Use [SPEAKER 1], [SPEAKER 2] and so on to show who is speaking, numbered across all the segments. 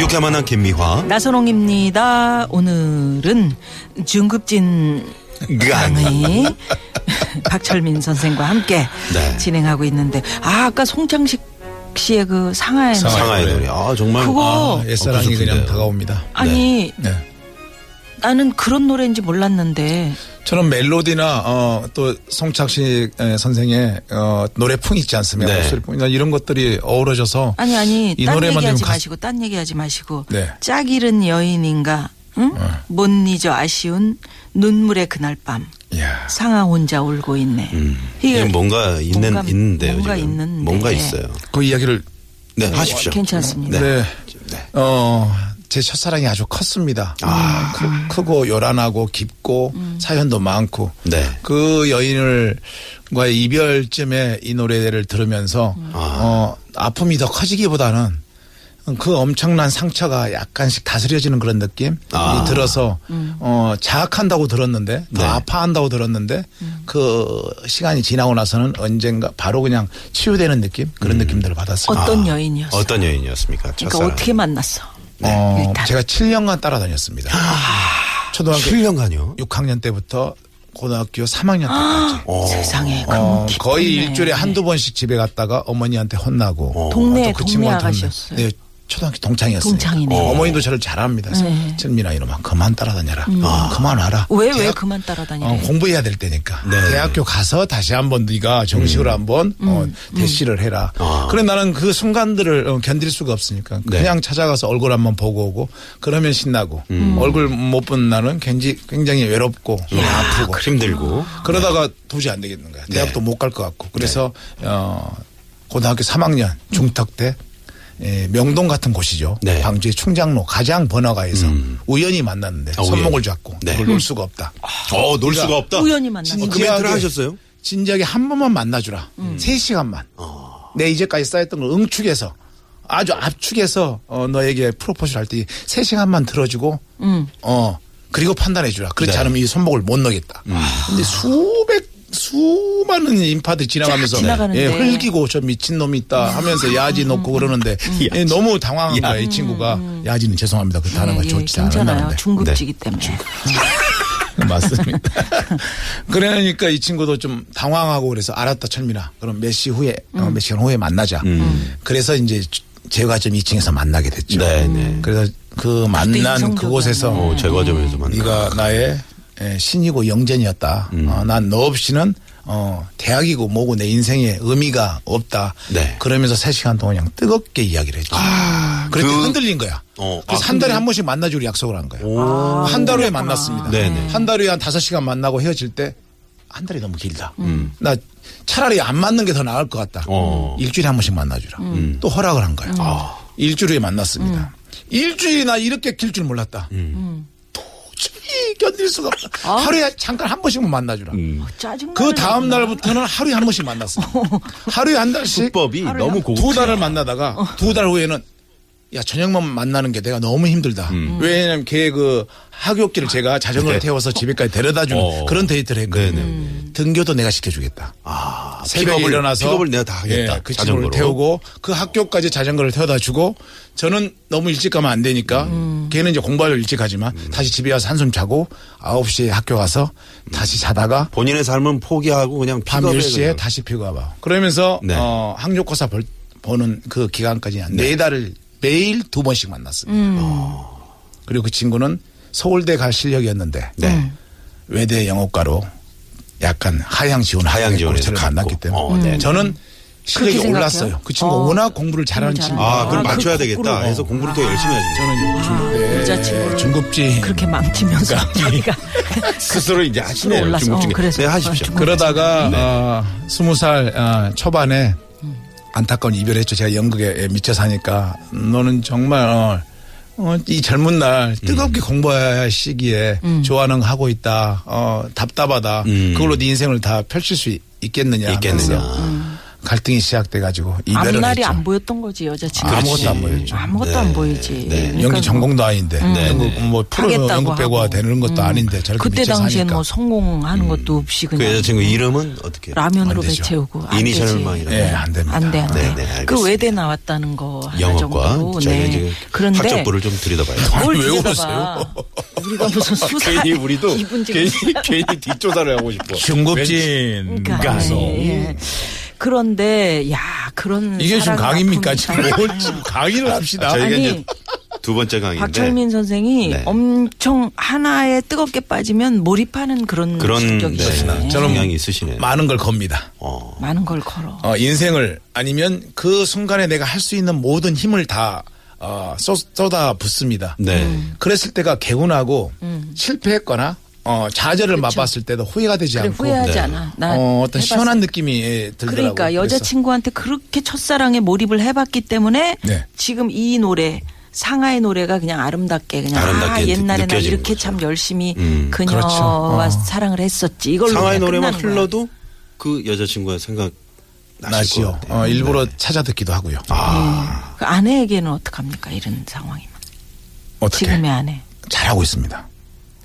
[SPEAKER 1] 유쾌만한 김미화
[SPEAKER 2] 나선홍입니다. 오늘은 중급진 강의 박철민 선생과 함께
[SPEAKER 1] 네.
[SPEAKER 2] 진행하고 있는데 아 아까 송창식 씨의 그 상하의 노래.
[SPEAKER 1] 상하이 노래 아 정말
[SPEAKER 2] 그거
[SPEAKER 3] 아, 옛사랑이 그냥
[SPEAKER 1] 그렇군데요.
[SPEAKER 3] 다가옵니다.
[SPEAKER 2] 아니
[SPEAKER 3] 네.
[SPEAKER 2] 나는 그런 노래인지 몰랐는데
[SPEAKER 3] 저는 멜로디나 어, 또 송창식 에, 선생의 어, 노래풍 있지 않습니까?
[SPEAKER 1] 네.
[SPEAKER 3] 목소리풍이나 이런 것들이 어우러져서
[SPEAKER 2] 아니 아니
[SPEAKER 3] 이
[SPEAKER 2] 딴
[SPEAKER 3] 노래만
[SPEAKER 2] 얘기하지
[SPEAKER 3] 들으면 가-
[SPEAKER 2] 마시고 딴 얘기하지 마시고
[SPEAKER 3] 네.
[SPEAKER 2] 짝 잃은 여인인가 응? 못 잊어 아쉬운 눈물의 그날 밤
[SPEAKER 3] 이야.
[SPEAKER 2] 상하 혼자 울고 있네.
[SPEAKER 1] 이게 뭔가 있는
[SPEAKER 2] 예. 뭔가-
[SPEAKER 1] 있는데요
[SPEAKER 2] 뭔가
[SPEAKER 1] 지금
[SPEAKER 2] 있는데.
[SPEAKER 1] 뭔가
[SPEAKER 2] 예. 어,
[SPEAKER 1] 있어요
[SPEAKER 3] 그 이야기를
[SPEAKER 1] 네 하십시오
[SPEAKER 2] 뭐 괜찮습니다.
[SPEAKER 3] 네.
[SPEAKER 1] 네.
[SPEAKER 3] 어, 제 첫사랑이 아주 컸습니다. 크, 크고 요란하고 깊고
[SPEAKER 2] 음.
[SPEAKER 3] 사연도 많고
[SPEAKER 1] 네.
[SPEAKER 3] 그 여인을 과의 이별쯤에 이 노래를 들으면서
[SPEAKER 1] 아.
[SPEAKER 3] 어, 아픔이 더 커지기보다는 그 엄청난 상처가 약간씩 다스려지는 그런 느낌
[SPEAKER 1] 아.
[SPEAKER 3] 이 들어서
[SPEAKER 2] 음.
[SPEAKER 3] 어 자학한다고 들었는데 더
[SPEAKER 1] 네.
[SPEAKER 3] 아파한다고 들었는데
[SPEAKER 2] 음.
[SPEAKER 3] 그 시간이 지나고 나서는 언젠가 바로 그냥 치유되는 느낌
[SPEAKER 1] 음.
[SPEAKER 3] 그런 느낌들을 받았어요.
[SPEAKER 4] 아,
[SPEAKER 2] 어떤 여인이었어?
[SPEAKER 1] 어떤 여인이었습니까
[SPEAKER 2] 그러니까
[SPEAKER 1] 첫사랑
[SPEAKER 2] 어떻게 만났어?
[SPEAKER 3] 어,
[SPEAKER 2] 일단.
[SPEAKER 3] 제가 7년간 따라다녔습니다.
[SPEAKER 1] 아.
[SPEAKER 3] 초등학교
[SPEAKER 1] 7년간요
[SPEAKER 3] 6학년 때부터 고등학교 3학년
[SPEAKER 2] 아.
[SPEAKER 3] 때까지.
[SPEAKER 2] 세상에 그럼
[SPEAKER 3] 어,
[SPEAKER 2] 기쁘네.
[SPEAKER 3] 거의 일주일에 한두 번씩 집에 갔다가 어머니한테 혼나고. 아,
[SPEAKER 2] 동네,
[SPEAKER 3] 또그
[SPEAKER 2] 동네
[SPEAKER 3] 친구한테
[SPEAKER 2] 아가씨였어요?
[SPEAKER 3] 혼나- 네, 초등학교 동창이었어요.
[SPEAKER 2] 동창이네.
[SPEAKER 3] 어. 머니도 저를 잘합니다. 그래서
[SPEAKER 2] 네. 음.
[SPEAKER 3] 철민아 이놈아 그만 따라다녀라. 아, 그만 와라.
[SPEAKER 2] 왜 왜
[SPEAKER 3] 대학-
[SPEAKER 2] 그만
[SPEAKER 3] 어,
[SPEAKER 2] 따라다니래?
[SPEAKER 3] 공부해야 될 때니까. 대학교 가서 다시 한번 네가 정식으로 한번
[SPEAKER 2] 음.
[SPEAKER 3] 어, 대시를 해라. 그래 나는 그 순간들을 어, 견딜 수가 없으니까
[SPEAKER 1] 네.
[SPEAKER 3] 그냥 찾아가서 얼굴 한번 보고 오고 그러면 신나고 얼굴 못 본 나는 굉장히, 굉장히 외롭고 아프고
[SPEAKER 1] 음, 힘들고
[SPEAKER 3] 그러다가 도저히 안 되겠는 거야.
[SPEAKER 1] 네.
[SPEAKER 3] 대학도 못 갈 것 같고. 그래서 어, 고등학교 3학년 중턱 때 에, 명동 같은 곳이죠.
[SPEAKER 1] 네. 음.
[SPEAKER 3] 광주의 충장로 가장 번화가에서 우연히 만났는데
[SPEAKER 1] 아,
[SPEAKER 3] 손목을
[SPEAKER 1] 우연히.
[SPEAKER 3] 잡고
[SPEAKER 1] 네.
[SPEAKER 3] 그걸 놀 수가 없다.
[SPEAKER 1] 어놀
[SPEAKER 3] 그러니까
[SPEAKER 1] 수가 없다
[SPEAKER 2] 우연히 만났어.
[SPEAKER 1] 어, 그 멘트를 하셨어요
[SPEAKER 3] 진지하게 한 번만 만나주라.
[SPEAKER 2] 음.
[SPEAKER 3] 세시간만
[SPEAKER 2] 어.
[SPEAKER 3] 내 이제까지 쌓였던 걸 응축해서 아주 압축해서 어, 너에게 프로포즈를 할 때 세시간만 들어주고
[SPEAKER 2] 음.
[SPEAKER 3] 어 그리고 판단해주라. 그렇지
[SPEAKER 1] 네.
[SPEAKER 3] 않으면 이 손목을 못 넣겠다.
[SPEAKER 2] 아.
[SPEAKER 3] 근데 수백 수많은 인파들 지나가면서
[SPEAKER 2] 쫙 지나가는데. 음.
[SPEAKER 3] 예, 흘기고 저 미친놈이 있다 하면서 야지 놓고 그러는데 예, 너무 당황한 거야 이 친구가 야지는 죄송합니다 그 단어가 좋지
[SPEAKER 2] 음. 예, 괜찮아요.
[SPEAKER 3] 않았는데 네.
[SPEAKER 2] 중급지기 때문에.
[SPEAKER 3] 맞습니다. 그러니까 이 친구도 좀 당황하고 그래서 알았다 철민아. 그럼 몇 시 후에 어,
[SPEAKER 1] 음.
[SPEAKER 3] 몇 시간 후에 만나자. 그래서 이제 제가 좀 2층에서 만나게 됐죠.
[SPEAKER 1] 네, 네.
[SPEAKER 3] 그래서 그 만난
[SPEAKER 2] 인성적이었네.
[SPEAKER 3] 그곳에서
[SPEAKER 1] 어 제과점에서 만나
[SPEAKER 3] 네가 나의 에, 신이고 영전이었다.
[SPEAKER 1] 음.
[SPEAKER 3] 어, 난 너 없이는 어, 대학이고 뭐고 내 인생에 의미가 없다.
[SPEAKER 1] 네.
[SPEAKER 3] 그러면서 3시간 동안 그냥 뜨겁게 이야기를 했죠. 그랬더니
[SPEAKER 1] 그-
[SPEAKER 3] 흔들린 거야.
[SPEAKER 1] 어,
[SPEAKER 3] 그래서
[SPEAKER 1] 아,
[SPEAKER 3] 한 달에 한 번씩 만나주기로 약속을 한 거야. 한 달 후에 만났습니다.
[SPEAKER 1] 네네.
[SPEAKER 3] 한 달 후에 한 5시간 만나고 헤어질 때 한 달이 너무 길다. 음. 나 차라리 안 맞는 게 더 나을 것 같다.
[SPEAKER 1] 음. 어. 음. 아.
[SPEAKER 3] 일주일에 한 번씩 만나주라. 또 허락을 한 거야. 일주일 후에 만났습니다.
[SPEAKER 1] 음.
[SPEAKER 3] 일주일이나 이렇게 길 줄 몰랐다. 음. 도저히 견딜 수가 없다. 하루에 잠깐 한 번씩만 만나주라.
[SPEAKER 1] 음.
[SPEAKER 2] 짜증나.
[SPEAKER 3] 아. 그 다음 날부터는 하루에 한 번씩 만났어. 하루에 한 달씩
[SPEAKER 1] 수법이 너무 고급
[SPEAKER 3] 두 달을 만나다가 두 달 후에는 야 저녁만 만나는 게 내가 너무 힘들다. 왜냐면 걔 그 학교길을 제가 자전거를
[SPEAKER 1] 음. 네.
[SPEAKER 3] 태워서 집에까지 데려다주는
[SPEAKER 1] 어.
[SPEAKER 3] 그런 데이트를 했거든요.
[SPEAKER 1] 네네.
[SPEAKER 3] 등교도 내가 시켜주겠다.
[SPEAKER 1] 아
[SPEAKER 3] 새벽에
[SPEAKER 1] 픽업을-
[SPEAKER 3] 일어나서
[SPEAKER 1] 픽업을 내가 다 하겠다
[SPEAKER 3] 예, 그
[SPEAKER 1] 자전거로
[SPEAKER 3] 친구를 태우고 그 학교까지 자전거를 태워다 주고 저는 너무 일찍 가면 안 되니까
[SPEAKER 1] 음.
[SPEAKER 3] 걔는 이제 공부하려 일찍 가지만 다시 집에 와서 한숨 자고 9시에 학교 가서 다시 자다가
[SPEAKER 1] 본인의 삶은 포기하고 그냥
[SPEAKER 3] 밤
[SPEAKER 1] 픽업에
[SPEAKER 3] 10시에
[SPEAKER 1] 그냥-
[SPEAKER 3] 다시 피고 와봐. 그러면서
[SPEAKER 1] 네.
[SPEAKER 3] 어, 학력고사 볼- 보는 그 기간까지 네. 네 달을 매일 두 번씩 만났습니다.
[SPEAKER 2] 음.
[SPEAKER 3] 어. 그리고 그 친구는 서울대 갈 실력이었는데
[SPEAKER 1] 네.
[SPEAKER 3] 외대 영어과로 약간 하향 지원
[SPEAKER 1] 하향 지원해서
[SPEAKER 3] 저를 만났기
[SPEAKER 1] 갔고.
[SPEAKER 3] 때문에
[SPEAKER 1] 어, 네.
[SPEAKER 3] 저는
[SPEAKER 2] 음.
[SPEAKER 3] 실력이
[SPEAKER 2] 그렇게
[SPEAKER 3] 올랐어요.
[SPEAKER 2] 생각해요?
[SPEAKER 3] 그 친구가
[SPEAKER 2] 어.
[SPEAKER 3] 워낙 공부를 잘하는
[SPEAKER 2] 공부
[SPEAKER 3] 친구.
[SPEAKER 1] 아,
[SPEAKER 2] 아,
[SPEAKER 1] 그럼
[SPEAKER 2] 그 아,
[SPEAKER 1] 맞춰야 되겠다
[SPEAKER 3] 거꾸로.
[SPEAKER 1] 해서 공부를 더 열심히 하죠.
[SPEAKER 3] 저는 중급
[SPEAKER 2] 여자친구를
[SPEAKER 3] 때 네, 중급지
[SPEAKER 2] 네. 그렇게 망치면서 자기가
[SPEAKER 1] 스스로 이제 하시네요.
[SPEAKER 2] 올라서,
[SPEAKER 1] 중국
[SPEAKER 2] 어,
[SPEAKER 1] 중에.
[SPEAKER 2] 그래서.
[SPEAKER 1] 네, 하십시오.
[SPEAKER 2] 어,
[SPEAKER 3] 그러다가 어, 스무 살 어, 초반에
[SPEAKER 2] 음.
[SPEAKER 3] 안타까운 이별했죠. 제가 연극에 미쳐 사니까 너는 정말 어, 어, 이 젊은 날 뜨겁게 공부해야 할 시기에
[SPEAKER 2] 음.
[SPEAKER 3] 좋아하는 거 하고 있다. 어, 답답하다.
[SPEAKER 1] 음.
[SPEAKER 3] 그걸로 네 인생을 다 펼칠 수 있- 있겠느냐.
[SPEAKER 1] 있겠느냐.
[SPEAKER 3] 하면서 갈등이 시작돼가지고 이별을
[SPEAKER 2] 음. 앞날이
[SPEAKER 3] 했죠.
[SPEAKER 2] 안 보였던 거지 여자친구.
[SPEAKER 3] 아무것도 안 보였죠.
[SPEAKER 2] 아무것도 안 보이지. 그러니까
[SPEAKER 3] 네. 연기 전공도 아닌데 연극 뭐 프로
[SPEAKER 2] 하겠다고
[SPEAKER 3] 연극 배우가
[SPEAKER 2] 하고. 음.
[SPEAKER 3] 되는 것도 아닌데 저렇게
[SPEAKER 2] 그때
[SPEAKER 3] 미쳐
[SPEAKER 2] 당시엔
[SPEAKER 3] 사니까. 음.
[SPEAKER 2] 뭐 성공하는 것도 없이
[SPEAKER 1] 그
[SPEAKER 2] 그냥
[SPEAKER 1] 여자친구 이름은 어떻게?
[SPEAKER 2] 라면으로
[SPEAKER 3] 안 되죠.
[SPEAKER 2] 배채우고 안 되지.
[SPEAKER 1] 이니셜만이라고.
[SPEAKER 3] 예, 안 됩니다.
[SPEAKER 2] 안 돼, 안 돼.
[SPEAKER 1] 네, 네,
[SPEAKER 2] 그
[SPEAKER 1] 알겠습니다.
[SPEAKER 2] 외대 나왔다는 거 하나
[SPEAKER 1] 영업과
[SPEAKER 2] 아, 그 정도.
[SPEAKER 1] 저희가
[SPEAKER 2] 네.
[SPEAKER 1] 지금
[SPEAKER 2] 그런데
[SPEAKER 1] 학적부를 좀 들여다봐요.
[SPEAKER 2] 뭘
[SPEAKER 3] 왜
[SPEAKER 2] 들여다봐. 우리가 무슨 수사
[SPEAKER 1] 괜히 우리도
[SPEAKER 2] 기분
[SPEAKER 1] 괜히
[SPEAKER 2] 지금
[SPEAKER 1] 괜히 뒷조사를 하고 싶어.
[SPEAKER 3] 중급진
[SPEAKER 2] 그러니까,
[SPEAKER 3] 가서
[SPEAKER 2] 예, 예. 그런데 야 그런
[SPEAKER 3] 이게
[SPEAKER 2] 사랑
[SPEAKER 3] 지금 강의입니까?
[SPEAKER 2] 작품이
[SPEAKER 3] 지금
[SPEAKER 2] 있다니.
[SPEAKER 3] 뭘 지금 강의를 합시다.
[SPEAKER 1] 아, 저희가
[SPEAKER 2] 아니.
[SPEAKER 1] 이제 두 번째 강의인데
[SPEAKER 2] 박철민 선생이
[SPEAKER 1] 네.
[SPEAKER 2] 엄청 하나에 뜨겁게 빠지면 몰입하는 그런,
[SPEAKER 1] 그런
[SPEAKER 2] 성격이 있네.
[SPEAKER 1] 네, 성향이 있으시네.
[SPEAKER 3] 많은 걸 겁니다.
[SPEAKER 1] 어.
[SPEAKER 2] 많은 걸 걸어.
[SPEAKER 3] 어, 인생을 아니면 그 순간에 내가 할 수 있는 모든 힘을 다 어, 쏟- 쏟아 붓습니다.
[SPEAKER 1] 네.
[SPEAKER 2] 음.
[SPEAKER 3] 그랬을 때가 개운하고 실패했거나 어, 좌절을 맛봤을 때도 후회가 되지
[SPEAKER 2] 그래
[SPEAKER 3] 않고
[SPEAKER 2] 후회하지
[SPEAKER 1] 네.
[SPEAKER 2] 않아. 나
[SPEAKER 3] 어, 어떤
[SPEAKER 2] 해봤을
[SPEAKER 3] 시원한 느낌이 예, 들더라고요.
[SPEAKER 2] 그러니까
[SPEAKER 3] 그래서
[SPEAKER 2] 여자친구한테 그렇게 첫사랑에 몰입을 해봤기 때문에
[SPEAKER 3] 네.
[SPEAKER 2] 지금 이 노래 상하의 노래가 그냥 아름답게 그냥
[SPEAKER 1] 아름답게
[SPEAKER 2] 아
[SPEAKER 1] 느-
[SPEAKER 2] 옛날에 나
[SPEAKER 1] 느껴지는
[SPEAKER 2] 이렇게
[SPEAKER 1] 거죠.
[SPEAKER 2] 참 열심히
[SPEAKER 1] 음,
[SPEAKER 2] 그녀와
[SPEAKER 3] 그렇죠. 어.
[SPEAKER 2] 사랑을 했었지 이걸로
[SPEAKER 1] 상하이
[SPEAKER 2] 그냥
[SPEAKER 1] 노래만
[SPEAKER 2] 끝나는 거야.
[SPEAKER 1] 흘러도 그 여자친구가 생각 나실
[SPEAKER 3] 나시요.
[SPEAKER 1] 것 같아요.
[SPEAKER 3] 어, 일부러 찾아 듣기도 하고요.
[SPEAKER 2] 그 아내에게는 어떡합니까 이런 상황이면
[SPEAKER 3] 어떻게
[SPEAKER 2] 지금의 아내
[SPEAKER 3] 잘하고 있습니다.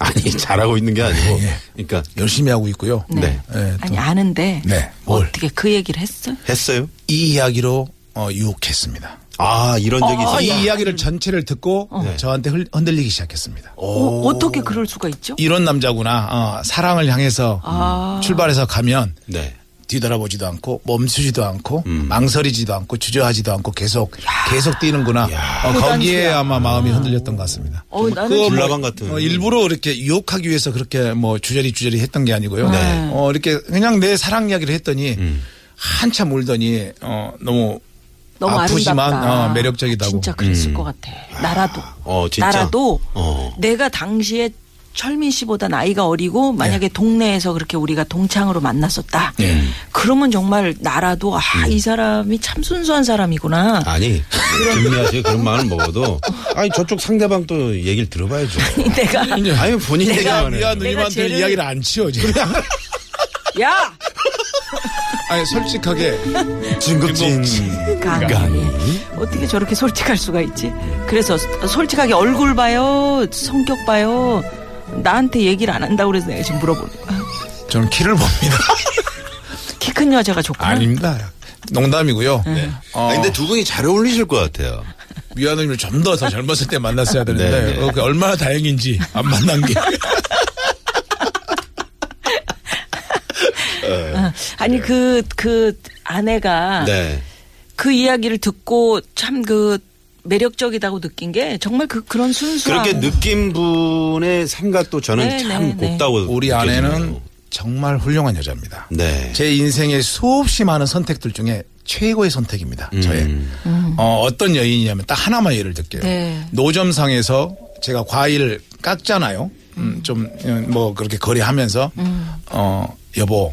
[SPEAKER 1] 아니 잘하고 있는 게
[SPEAKER 3] 예,
[SPEAKER 1] 아니고. 그러니까
[SPEAKER 3] 열심히 하고 있고요.
[SPEAKER 2] 네.
[SPEAKER 3] 예, 또
[SPEAKER 2] 아니 아는데
[SPEAKER 3] 네, 뭘.
[SPEAKER 2] 어떻게 그 얘기를 했어?
[SPEAKER 1] 했어요.
[SPEAKER 3] 이 이야기로 어, 유혹했습니다.
[SPEAKER 1] 아 이런 적이
[SPEAKER 2] 어,
[SPEAKER 3] 아, 이
[SPEAKER 1] 있었다.
[SPEAKER 3] 이야기를 전체를 듣고 저한테 흘- 흔들리기 시작했습니다.
[SPEAKER 2] 어, 어떻게 그럴 수가 있죠?
[SPEAKER 3] 이런 남자구나. 어, 사랑을 향해서
[SPEAKER 2] 아.
[SPEAKER 3] 출발해서 가면
[SPEAKER 1] 네.
[SPEAKER 3] 뒤돌아보지도 않고 멈추지도 않고 망설이지도 않고 주저하지도 않고 계속 계속 뛰는구나. 어, 거기에 아마 마음이 흔들렸던 것 같습니다.
[SPEAKER 2] 어
[SPEAKER 3] 그
[SPEAKER 2] 나는
[SPEAKER 3] 뭐,
[SPEAKER 1] 불나방 같은.
[SPEAKER 3] 어, 일부러 이렇게 유혹하기 위해서 그렇게 뭐 주저리 주저리 했던 게 아니고요. 어, 이렇게 그냥 내 사랑 이야기를 했더니 한참 울더니 어, 너무
[SPEAKER 2] 너무
[SPEAKER 3] 아프지만,
[SPEAKER 2] 아름답다.
[SPEAKER 3] 어, 매력적이다고. 음.
[SPEAKER 2] 진짜 그랬을 것 같아. 나라도.
[SPEAKER 1] 어, 진짜?
[SPEAKER 2] 나라도
[SPEAKER 1] 어.
[SPEAKER 2] 내가 당시에 철민 씨보다 나이가 어리고
[SPEAKER 3] 예.
[SPEAKER 2] 만약에 동네에서 그렇게 우리가 동창으로 만났었다. 그러면 정말 나라도 아
[SPEAKER 3] 음.
[SPEAKER 2] 이 사람이 참 순수한 사람이구나.
[SPEAKER 1] 아니 김미아 씨 그런 마음을 먹어도 아니 저쪽 상대방 또 얘기를 들어봐야죠.
[SPEAKER 2] 내가
[SPEAKER 1] 아니 본인
[SPEAKER 3] 내가
[SPEAKER 1] 얘기만 해.
[SPEAKER 3] 미아
[SPEAKER 2] 내가
[SPEAKER 3] 누님한테
[SPEAKER 2] 죄를-
[SPEAKER 3] 이야기를 안 치워 지금.
[SPEAKER 2] 야
[SPEAKER 3] 아니 솔직하게
[SPEAKER 1] 진급진
[SPEAKER 2] 강의. 어떻게 저렇게 솔직할 수가 있지? 그래서 솔직하게 얼굴 봐요, 성격 봐요. 나한테 얘기를 안 한다고 그래서 내가 지금 물어보는 거야.
[SPEAKER 3] 저는 키를 봅니다.
[SPEAKER 2] 키 큰 여자가 좋구나.
[SPEAKER 3] 아닙니다. 농담이고요. 어,
[SPEAKER 1] 아 근데 두 분이 잘 어울리실 것 같아요.
[SPEAKER 3] 미아 누님을 좀 더 더 젊었을 때 만났어야 되는데
[SPEAKER 1] 네, 네.
[SPEAKER 3] 어, 그 얼마나 다행인지 안 만난 게.
[SPEAKER 2] 아니 그 그 아내가
[SPEAKER 1] 네.
[SPEAKER 2] 그 이야기를 듣고 참 그 매력적이다고 느낀 게 정말 그 그런 순수함.
[SPEAKER 1] 그렇게 느낀 분의 생각도 저는
[SPEAKER 2] 네,
[SPEAKER 1] 참
[SPEAKER 2] 네, 네.
[SPEAKER 1] 곱다고
[SPEAKER 3] 우리
[SPEAKER 1] 느껴지네요.
[SPEAKER 3] 아내는 정말 훌륭한 여자입니다.
[SPEAKER 1] 네.
[SPEAKER 3] 제 인생의 수없이 많은 선택들 중에 최고의 선택입니다.
[SPEAKER 1] 음.
[SPEAKER 3] 저의 어, 어떤 여인이냐면 딱 하나만 예를 들게요.
[SPEAKER 2] 네.
[SPEAKER 3] 노점상에서 제가 과일을 깎잖아요. 음, 좀뭐 그렇게 거래하면서 어 여보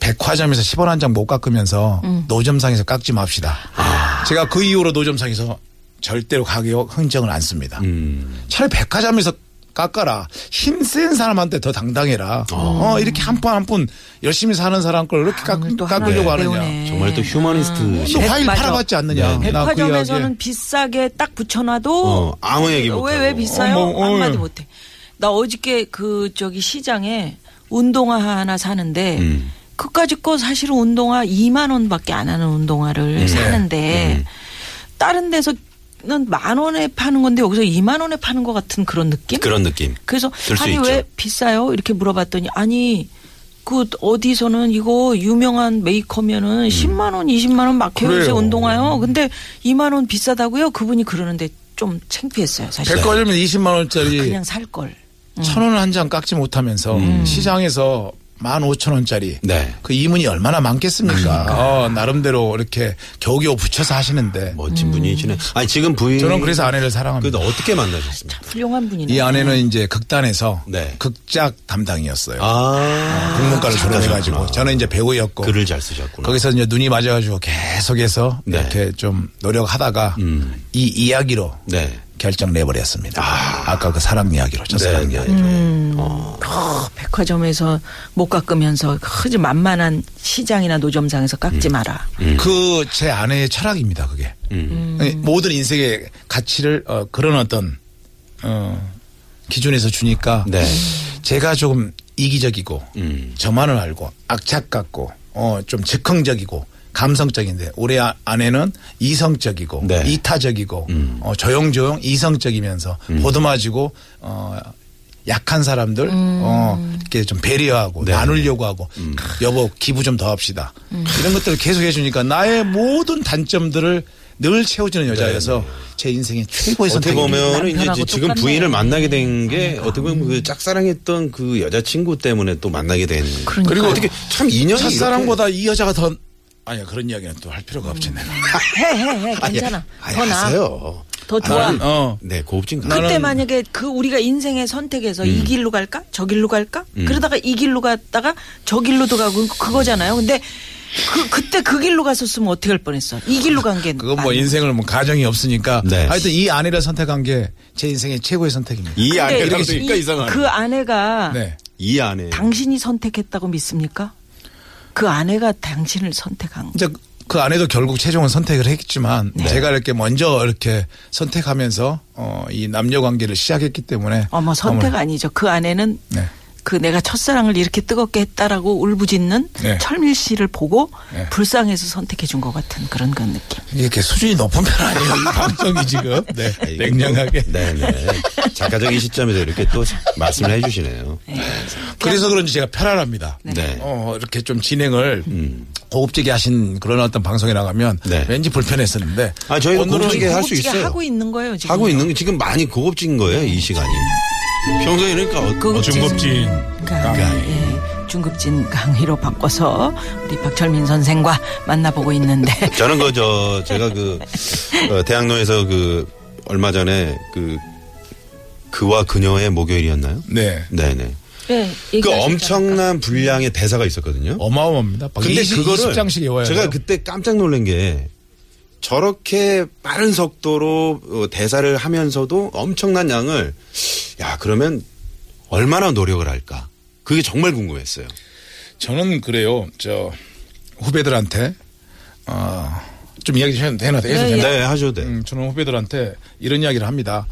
[SPEAKER 3] 백화점에서 10원 한 장 못 깎으면서 노점상에서 깎지 맙시다.
[SPEAKER 1] 아.
[SPEAKER 3] 제가 그 이후로 노점상에서 절대로 가격 흥정을 안 씁니다.
[SPEAKER 1] 음.
[SPEAKER 3] 차라리 백화점에서 깎아라. 힘센 사람한테 더 당당해라. 어, 이렇게 한 푼 한 푼 열심히 사는 사람 걸 이렇게 깎,
[SPEAKER 2] 아, 또
[SPEAKER 3] 깎으려고
[SPEAKER 2] 하나
[SPEAKER 3] 하느냐.
[SPEAKER 2] 배우네.
[SPEAKER 1] 정말 또 휴머니스트.
[SPEAKER 3] 또 과일
[SPEAKER 2] 백화점.
[SPEAKER 3] 팔아봤지 않느냐. 나그
[SPEAKER 2] 백화점에서는
[SPEAKER 3] 이야기에.
[SPEAKER 2] 비싸게 딱 붙여놔도
[SPEAKER 1] 어, 아무 얘기 못
[SPEAKER 2] 뭐 왜,
[SPEAKER 1] 하고.
[SPEAKER 2] 왜 비싸요?
[SPEAKER 3] 어, 뭐, 어,
[SPEAKER 2] 한마디
[SPEAKER 3] 예.
[SPEAKER 2] 못해. 나 어저께 그 저기 시장에 운동화 하나 사는데
[SPEAKER 1] 음.
[SPEAKER 2] 그까짓 거 사실은 운동화 2만 원밖에 안 하는 운동화를
[SPEAKER 1] 네.
[SPEAKER 2] 사는데 다른 데서는 만 원에 파는 건데 여기서 2만 원에 파는 것 같은 그런 느낌?
[SPEAKER 1] 그런 느낌.
[SPEAKER 2] 그래서
[SPEAKER 1] 들수
[SPEAKER 2] 아니
[SPEAKER 1] 있죠.
[SPEAKER 2] 왜 비싸요? 이렇게 물어봤더니 아니 그 어디서는 이거 유명한 메이커면은 10만 원, 20만 원 막혀요 요새
[SPEAKER 3] 그래요.
[SPEAKER 2] 운동화요. 근데 2만 원 비싸다고요? 그분이 그러는데 좀 창피했어요 사실. 아,
[SPEAKER 3] 백화점에서 20만 원짜리
[SPEAKER 2] 그냥 살 걸.
[SPEAKER 3] 음. 천 원 한 장 깎지 못하면서 시장에서 15,000원짜리.
[SPEAKER 1] 네.
[SPEAKER 3] 그 이문이 얼마나 많겠습니까? 어, 나름대로 이렇게 겨우겨우 붙여서 하시는데.
[SPEAKER 2] 음.
[SPEAKER 1] 멋진 분이시네. 아니 지금 부인
[SPEAKER 3] 저는 그래서 아내를
[SPEAKER 1] 그래도
[SPEAKER 3] 사랑합니다.
[SPEAKER 1] 어떻게 만나셨습니까?
[SPEAKER 2] 훌륭한 분이네.
[SPEAKER 3] 이 아내는 이제 극단에서
[SPEAKER 1] 네.
[SPEAKER 3] 극작 담당이었어요.
[SPEAKER 1] 아,
[SPEAKER 3] 국문과를
[SPEAKER 1] 작가
[SPEAKER 3] 졸업해가지고
[SPEAKER 1] 좋구나.
[SPEAKER 3] 저는 이제 배우였고
[SPEAKER 1] 아, 글을 잘 쓰셨구나.
[SPEAKER 3] 거기서 이제 눈이 맞아가지고 계속해서
[SPEAKER 1] 네. 음.
[SPEAKER 3] 이렇게 좀 노력하다가 이 이야기로
[SPEAKER 1] 네.
[SPEAKER 3] 결정 내버렸습니다. 아. 까그 사랑 이야기로 저 사랑
[SPEAKER 1] 네.
[SPEAKER 3] 이야기.
[SPEAKER 2] 음. 백화점에서 못 깎으면서 크지 만만한 시장이나 노점상에서 깎지 마라.
[SPEAKER 1] 음.
[SPEAKER 3] 그 제 아내의 철학입니다. 그게 아니, 모든 인생의 가치를 어, 그런 어떤 어, 기준에서 주니까
[SPEAKER 1] 네. 음.
[SPEAKER 3] 제가 조금 이기적이고 저만을 알고 악착 같고 어, 좀 즉흥적이고 감성적인데 우리 아- 아내는 이성적이고
[SPEAKER 1] 네. 음.
[SPEAKER 3] 이타적이고 어, 조용조용 이성적이면서 보듬어지고 어, 약한 사람들 어, 이렇게 좀 배려하고
[SPEAKER 1] 네.
[SPEAKER 3] 나누려고 하고
[SPEAKER 1] 음.
[SPEAKER 3] 여보 기부 좀 더 합시다 이런 것들을 계속 해주니까 나의 모든 단점들을 늘 채워주는 여자여서 제 인생의 최고의
[SPEAKER 1] 네, 어떻게
[SPEAKER 3] 선택입니다.
[SPEAKER 1] 보면 이제
[SPEAKER 2] 남편하고 음.
[SPEAKER 1] 지- 지금
[SPEAKER 2] 똑같네.
[SPEAKER 1] 부인을 만나게 된 게 어떻게 보면 그 짝사랑했던 그 여자친구 때문에 또 만나게 된.
[SPEAKER 2] 그러니까요.
[SPEAKER 1] 그리고 어떻게 참 인연이
[SPEAKER 3] 첫사랑보다 이 여자가 더 아니야 그런 이야기는 또 할 필요가 없지 내가.
[SPEAKER 1] 음.
[SPEAKER 2] 해해해 괜찮아.
[SPEAKER 1] 아니,
[SPEAKER 2] 더 나아.
[SPEAKER 1] 하세요.
[SPEAKER 2] 더 좋아.
[SPEAKER 1] 나는-
[SPEAKER 3] 어.
[SPEAKER 1] 네, 고급진 가.
[SPEAKER 2] 그때 만약에 그 우리가 인생의 선택에서 이 길로 갈까 저 길로 갈까 그러다가 이 길로 갔다가 저 길로도 가고 그거잖아요. 근데 그 그때 그 길로 갔었으면 어떻게 할 뻔했어. 이 길로 간게
[SPEAKER 3] 그건 뭐 인생을 뭐 가정이 없으니까
[SPEAKER 1] 네.
[SPEAKER 3] 하여튼 이 아내를 선택한 게 제 인생의 최고의 선택입니다.
[SPEAKER 1] 이 안에
[SPEAKER 3] 이렇게
[SPEAKER 1] 있으니까 이상하네.
[SPEAKER 2] 그 아내가
[SPEAKER 3] 네.
[SPEAKER 1] 이 안에
[SPEAKER 2] 당신이 선택했다고 믿습니까? 그 아내가 당신을 선택한 거.
[SPEAKER 3] 이제 그 아내도 결국 최종은 선택을 했지만 제가 이렇게 먼저 이렇게 선택하면서 어, 이 남녀 관계를 시작했기 때문에
[SPEAKER 2] 어머 뭐 선택
[SPEAKER 3] 어머,
[SPEAKER 2] 아니죠. 그 아내는
[SPEAKER 3] 네.
[SPEAKER 2] 그 내가 첫사랑을 이렇게 뜨겁게 했다라고 울부짖는
[SPEAKER 3] 네.
[SPEAKER 2] 철밀 씨를 보고
[SPEAKER 3] 네.
[SPEAKER 2] 불쌍해서 선택해 준 것 같은 그런 그 느낌.
[SPEAKER 3] 이렇게 수준이 높은 편 아니에요. 이 방송이 지금 네. 냉정하게.
[SPEAKER 1] 네네. 작가적인 시점에서 이렇게 또 말씀을 해주시네요.
[SPEAKER 3] 그래서 그런지 제가 편안합니다.
[SPEAKER 1] 네.
[SPEAKER 3] 어, 이렇게 좀 진행을 고급지게 하신 그런 어떤 방송에 나가면
[SPEAKER 1] 네.
[SPEAKER 3] 왠지 불편했었는데
[SPEAKER 1] 아, 저희가 고급지게 할 수
[SPEAKER 2] 고급지게
[SPEAKER 1] 있어요.
[SPEAKER 2] 하고 있는 거예요 지금.
[SPEAKER 1] 하고 있는 게 지금 많이 고급진 거예요, 이 시간이. 평소에 그러니까 어,
[SPEAKER 2] 고급진
[SPEAKER 1] 어떤-
[SPEAKER 3] 중급진
[SPEAKER 2] 강의. 예, 중급진 강의로 바꿔서 우리 박철민 선생과 만나보고 있는데
[SPEAKER 1] 저는 그 저 제가 그 어, 대학로에서 그 얼마 전에 그 그와 그녀의 목요일이었나요?
[SPEAKER 3] 네.
[SPEAKER 1] 네네.
[SPEAKER 2] 예,
[SPEAKER 1] 그
[SPEAKER 2] 얘기하셨잖아요.
[SPEAKER 1] 엄청난 분량의 대사가 있었거든요.
[SPEAKER 3] 어마어마합니다.
[SPEAKER 1] 아, 근데 그거를
[SPEAKER 3] 장씩 외워야
[SPEAKER 1] 제가
[SPEAKER 3] 돼요.
[SPEAKER 1] 그때 깜짝 놀란 게 저렇게 빠른 속도로 어, 대사를 하면서도 엄청난 양을 야 그러면 얼마나 노력을 할까? 그게 정말 궁금했어요.
[SPEAKER 3] 저는 그래요. 저 후배들한테 어좀 이야기 좀 해도 되나 해도
[SPEAKER 2] 예,
[SPEAKER 3] 되나?
[SPEAKER 1] 네 하셔도 돼.
[SPEAKER 3] 음, 저는 후배들한테 이런 이야기를 합니다.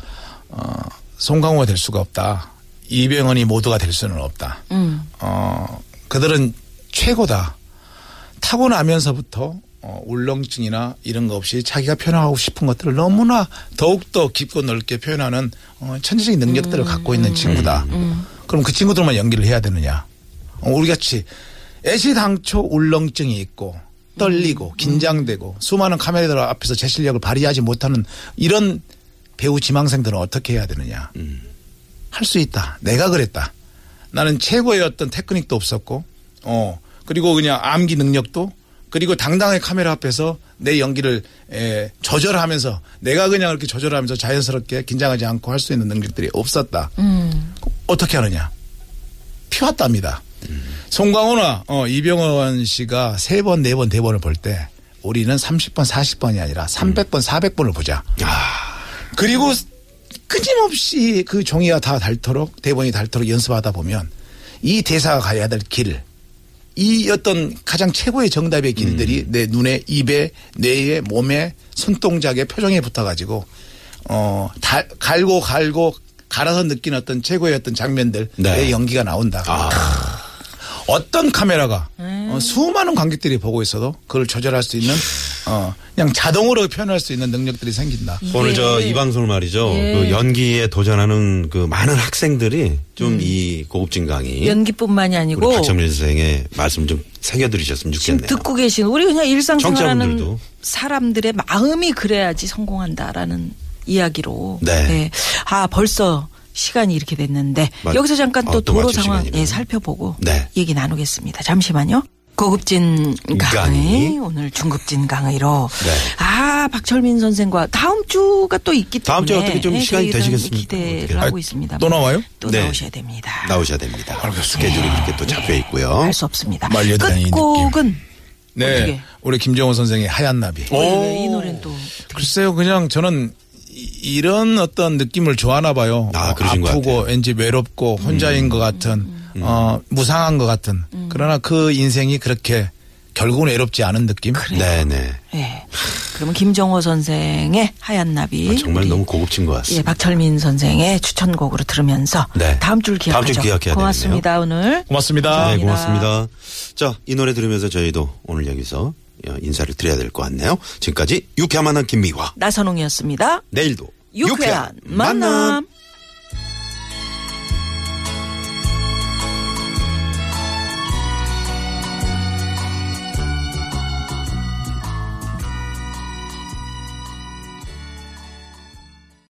[SPEAKER 3] 어, 송강호가 될 수가 없다. 이병헌이 모두가 될 수는 없다. 어, 그들은 최고다. 타고 나면서부터 어, 울렁증이나 이런 거 없이 자기가 표현하고 싶은 것들을 너무나 더욱더 깊고 넓게 표현하는 어, 천재적인 능력들을 갖고 있는 친구다. 그럼 그 친구들만 연기를 해야 되느냐. 어, 우리같이 애시당초 울렁증이 있고 떨리고 긴장되고 수많은 카메라들 앞에서 제 실력을 발휘하지 못하는 이런 배우 지망생들은 어떻게 해야 되느냐. 할 수 있다. 내가 그랬다. 나는 최고의 어떤 테크닉도 없었고, 어, 그리고 그냥 암기 능력도, 그리고 당당하게 카메라 앞에서 내 연기를 에, 조절하면서 내가 그냥 이렇게 조절하면서 자연스럽게 긴장하지 않고 할 수 있는 능력들이 없었다. 어떻게 하느냐? 피웠답니다. 송강호나 어, 이병헌 씨가 세 번 네 번 대본을 볼 때 우리는 30번, 40번이 아니라 300번, 400번을 보자. 그리고 끊임없이 그 종이가 다 닳도록 대본이 닳도록 연습하다 보면 이 대사가 가야 될 길, 이 어떤 가장 최고의 정답의 길들이 내 눈에, 입에, 뇌에, 몸에, 손동작에, 표정에 붙어가지고 어 달- 갈고 갈고 갈아서 느낀 어떤 최고의 어떤 장면들
[SPEAKER 1] 네.
[SPEAKER 3] 내 연기가 나온다. 아,
[SPEAKER 1] 아,
[SPEAKER 3] 어떤 카메라가 어, 수많은 관객들이 보고 있어도 그걸 조절할 수 있는 어, 그냥 자동으로 표현할 수 있는 능력들이 생긴다.
[SPEAKER 1] 오늘 저
[SPEAKER 2] 예.
[SPEAKER 1] 이 방송을 말이죠. 그 연기에 도전하는 그 많은 학생들이 좀 이 고급진 강의
[SPEAKER 2] 음. 연기뿐만이
[SPEAKER 1] 우리
[SPEAKER 2] 아니고
[SPEAKER 1] 박정민 선생의 말씀 좀 새겨드리셨으면
[SPEAKER 2] 지금
[SPEAKER 1] 좋겠네요.
[SPEAKER 2] 듣고 계신 우리 그냥 일상생활하는
[SPEAKER 1] 청취자분들도.
[SPEAKER 2] 사람들의 마음이 그래야지 성공한다라는 이야기로
[SPEAKER 1] 네.
[SPEAKER 2] 아 벌써 시간이 이렇게 됐는데
[SPEAKER 1] 맞-
[SPEAKER 2] 여기서 잠깐 또
[SPEAKER 1] 아, 또
[SPEAKER 2] 도로
[SPEAKER 1] 맞출
[SPEAKER 2] 상황
[SPEAKER 1] 시간이네요.
[SPEAKER 2] 예, 살펴보고
[SPEAKER 1] 네.
[SPEAKER 2] 얘기 나누겠습니다. 잠시만요. 고급진 강의
[SPEAKER 1] 강의.
[SPEAKER 2] 오늘 중급진 강의로
[SPEAKER 1] 네.
[SPEAKER 2] 아 박철민 선생과 다음 주가 또 있기 때문에
[SPEAKER 1] 다음 주에 어떻게 좀
[SPEAKER 2] 예,
[SPEAKER 1] 시간이
[SPEAKER 2] 저희가
[SPEAKER 1] 되시겠습니까? 어떻게-
[SPEAKER 2] 기대를
[SPEAKER 1] 아,
[SPEAKER 2] 하고 있습니다.
[SPEAKER 3] 또 나와요?
[SPEAKER 2] 또
[SPEAKER 1] 네.
[SPEAKER 2] 나오셔야 됩니다.
[SPEAKER 1] 나오셔야 됩니다. 스케줄이 그렇게 또 잡혀 있고요.
[SPEAKER 2] 할 수 없습니다.
[SPEAKER 3] 만려다니
[SPEAKER 2] 끝곡은
[SPEAKER 3] 네.
[SPEAKER 2] 어떻게?
[SPEAKER 3] 우리 김정호 선생의 하얀 나비.
[SPEAKER 2] 왜, 왜, 이 노래는 또
[SPEAKER 3] 글쎄요, 그냥 저는 이- 이런 어떤 느낌을 좋아하나 봐요.
[SPEAKER 1] 아,
[SPEAKER 3] 어,
[SPEAKER 1] 그러신 것
[SPEAKER 3] 아프고 왠지 외롭고 혼자인 것 같은
[SPEAKER 2] 음.
[SPEAKER 3] 어, 무상한 것 같은 그러나 그 인생이 그렇게 결국은 외롭지 않은 느낌.
[SPEAKER 1] 네네.
[SPEAKER 2] 예. 그러면 김정호 선생의 하얀 나비
[SPEAKER 1] 아, 정말
[SPEAKER 2] 우리
[SPEAKER 1] 너무 고급진 것 같습니다.
[SPEAKER 2] 예, 박철민 선생의 추천곡으로 들으면서
[SPEAKER 1] 네.
[SPEAKER 2] 다음 주를
[SPEAKER 1] 다음
[SPEAKER 2] 기약하죠.
[SPEAKER 1] 주 기약해야 되겠네요.
[SPEAKER 2] 고맙습니다 오늘.
[SPEAKER 3] 고맙습니다.
[SPEAKER 1] 네,
[SPEAKER 2] 감사합니다.
[SPEAKER 1] 고맙습니다. 자, 이 노래 들으면서 저희도 오늘 여기서 어, 인사를 드려야 될 것 같네요. 지금까지 유쾌한 만남 김미화.
[SPEAKER 2] 나선홍이었습니다.
[SPEAKER 1] 내일도
[SPEAKER 2] 유쾌한 만남.